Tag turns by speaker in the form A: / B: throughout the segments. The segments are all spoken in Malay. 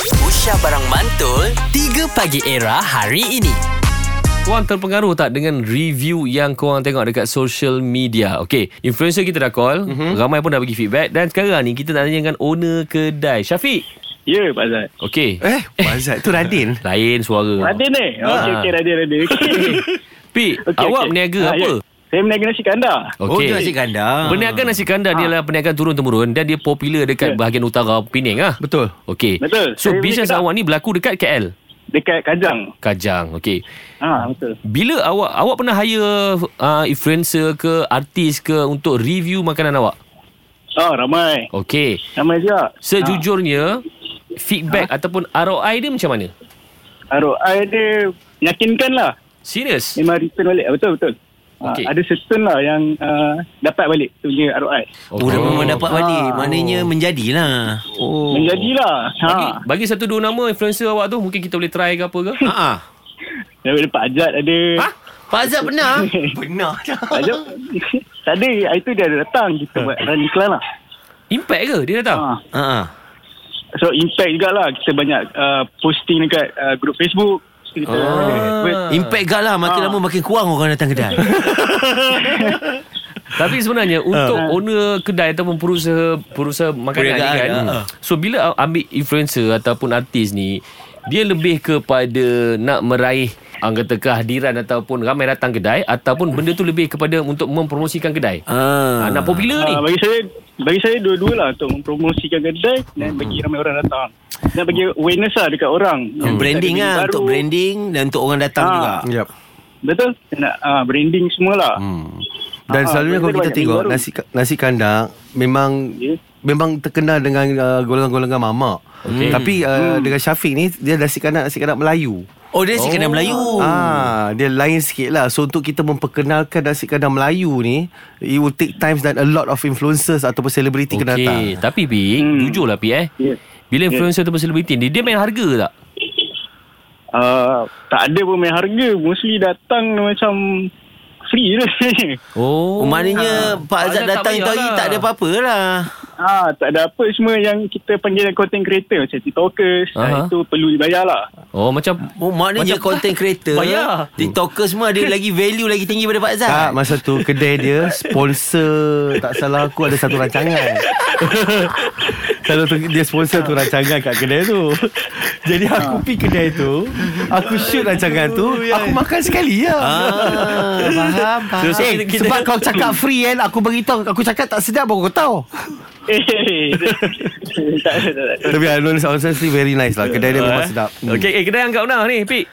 A: Aisyah Barang Mantul 3 Pagi Era hari ini
B: Korang terpengaruh tak dengan review yang korang tengok dekat social media? Okay, influencer kita dah call.
C: Mhm.
B: Mm-hmm. Ramai pun dah bagi feedback. Dan sekarang ni kita nak tanya dengan owner kedai. Syafiq.
D: Ya, Pak Zat.
B: Okay.
C: Eh, Wazat tu Radin.
B: Lain suara.
D: Radin eh? Okey,
B: Ha.
D: okey, Radin, Radin. Okey,
B: Pik,
D: Okey,
B: okay, awak
D: okey.
B: okay. berniaga
D: Ah,
B: ha, apa?
D: ya. Saya berniaga nasi kandar.
C: Oh,
B: Okey.
C: dia nasi kandar.
B: Perniagaan nasi kandar ni adalah perniagaan turun-temurun dan dia popular dekat
D: Ah. Ya.
B: bahagian utara Penang ah.
C: Betul.
B: Okey.
D: Betul.
B: So
D: Saya punya
B: bisnes
D: kedai.
B: awak ni berlaku dekat KL.
D: Dekat Kajang.
B: Kajang. Okey.
D: Ha, betul.
B: Bila awak awak pernah hire uh, influencer ke artis ke untuk review makanan awak?
D: Ah, ramai.
B: Okey.
D: Ramai juga.
B: Sejujurnya Feedback
C: Ha.
B: ataupun ROI dia macam mana?
D: Ha. ROI dia yakinkan lah.
B: Serius?
D: Memang return balik. Ah, Betul, betul. Ha,
B: Okey.
D: ada certain lah yang uh, dapat balik tu punya ROI.
C: Oh, dia memang dapat balik. Maknanya menjadilah. Oh.
D: Oh. Menjadilah. Ha.
B: Bagi, bagi satu dua nama influencer awak tu Mungkin kita boleh try ke apa ke
C: Ha.
D: Dari Pak Ajat ada.
C: Ha? Pak Azad pernah? pernah.
D: Pak Ajat. tak ada. Hari tu dia ada datang.
B: Eh.
D: Kita buat run iklan lah.
B: Impact ke dia datang?
D: Ha.
C: Ha.
D: So impact jugalah Kita banyak uh, Posting dekat uh, Grup Facebook kita
B: Ah.
C: Impact gak lah. Makin
D: Ha.
C: lama makin kurang orang datang kedai.
B: Tapi sebenarnya Untuk owner kedai Ataupun perusaha Perusaha makanan ni kan
C: Perniagaan, ah.
B: So bila a- ambil influencer Ataupun artis ni Dia lebih kepada Nak meraih Ang kata kehadiran Ataupun ramai datang kedai Ataupun benda tu lebih kepada Untuk mempromosikan kedai
C: ha.
B: ah. Nak popular ni
D: Ah, bagi saya bagi saya dua-dua lah untuk mempromosikan kedai dan bagi ramai orang datang. Dan bagi awareness lah dekat orang.
C: Hmm. Branding
D: Ada
C: lah
D: baru.
C: Untuk branding Dan untuk orang datang
D: Ha.
C: juga
E: Yap.
D: Betul? Saya Nak ah, branding semualah.
E: Hmm. Dan
D: Ah,
E: selalunya
D: benda
E: kalau kita
D: banyak
E: tengok
D: yang baru.
E: nasi ka- nasi kandar memang
D: Ya.
E: memang terkenal dengan uh, golongan-golongan mamak.
B: Okey.
E: Tapi uh,
D: Hmm.
E: dengan Syafiq ni dia nasi kandar nasi kandar Melayu.
C: Oh dia nasi kandar Melayu
E: Ah, dia lain sikit lah. So untuk kita memperkenalkan nasi kandar Melayu ni, it will take times dan a lot of influencers ataupun selebriti okay. kena datang.
B: Okey, tapi Pik, hmm.
D: Hmm.
B: jujurlah Pik eh.
D: Ya.
B: Bila influencer ataupun selebriti ni, dia main harga tak?
D: Ah, tak ada pun main harga. Mostly datang macam free je sebenarnya.
C: Oh, maknanya
B: Ha.
C: Pak Azad datang itu hari tak ada apa-apa lah.
D: Ah, tak ada apa semua yang kita panggil content creator macam TikTokers.
B: Aha.
D: Ah, itu perlu dibayar lah.
B: Oh, macam
C: Oh, maknanya
B: Macam-
C: content creator,
B: Bayar.
C: TikToker semua ada lagi value lagi tinggi daripada Pak Azad.
E: Tak, masa tu kedai dia sponsor tak salah aku ada satu rancangan. Kalau tu dia sponsor tu rancangan kat kedai tu. Jadi aku pergi kedai tu, aku shoot rancangan tu, aku makan sekali ya.
C: Ah, faham, faham.
E: Eh, sebab kau cakap free kan Aku beritahu Aku cakap tak sedap Baru kau tahu
D: Eh, tak ada, tak ada.
E: Tapi honest- honestly Very nice lah Kedai dia memang sedap Hmm.
B: Okey, eh, kedai anggap nak ni, Pik.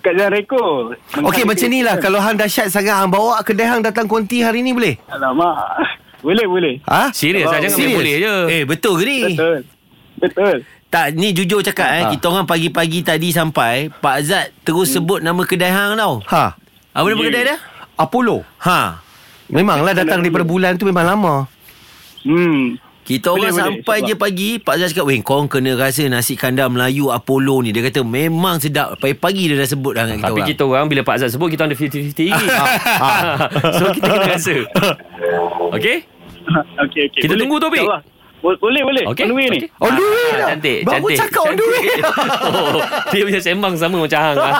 D: Kat jalan rekod.
E: Okey macam ni lah Kalau hang dahsyat sangat Hang bawa kedai hang datang konti hari ni boleh?
D: Alamak. Boleh, boleh.
E: Ha?
B: Serius, oh,
D: Oh,
B: jangan main
E: serius?
B: boleh je.
C: Eh, betul ke ni?
D: Betul. Betul.
C: Tak, ni jujur cakap eh.
D: Ah.
E: Ha.
C: Kita orang pagi-pagi tadi sampai, Pak Azad terus
D: Hmm.
C: sebut nama kedai hang tau.
E: Ha?
C: Apa nama
D: Ya.
C: kedai dia?
E: Apollo
C: Ha.
E: Memanglah datang daripada bulan tu Memang lama
D: Hmm.
C: Kita orang
D: Boleh, boleh,
C: sampai
D: sebab-
C: je pagi Pak Azad cakap Weh kau kena rasa Nasi kandar Melayu Apollo ni Dia kata memang sedap Pagi-pagi dia dah sebut dah dengan kita
B: Tapi
C: orang
B: kita orang bila Pak Azad sebut kita ada 50-50. Ah. so kita kena rasa. Okey?
D: Okey, okey.
B: Kita tunggu tu, Pik.
D: InsyaAllah. Bo- Boleh, boleh.
B: Okey.
D: On the way ni.
B: Okey.
E: On the way
B: Ah,
E: lah.
B: Cantik,
E: Baru
B: cantik.
E: cakap on the way.
B: oh, dia punya sembang sama macam hang. ah.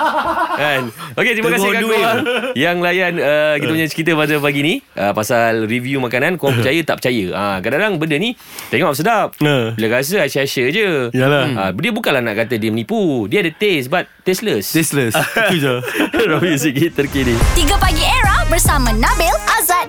B: kan. Okey, terima kasih
C: Tunggu on
B: kat
C: the way.
B: korang yang layan uh, kita punya cerita pada pagi ni uh, pasal review makanan korang percaya tak percaya. Ah, kadang-kadang benda ni tengok sedap.
E: Ha.
B: Bila rasa asyik-asyik je.
E: Yalah.
B: Ah, dia bukanlah nak kata dia menipu. Dia ada taste but tasteless.
E: Tasteless Itu je
B: Review sikit terkini.
F: 3 Pagi Era bersama Nabil, Azad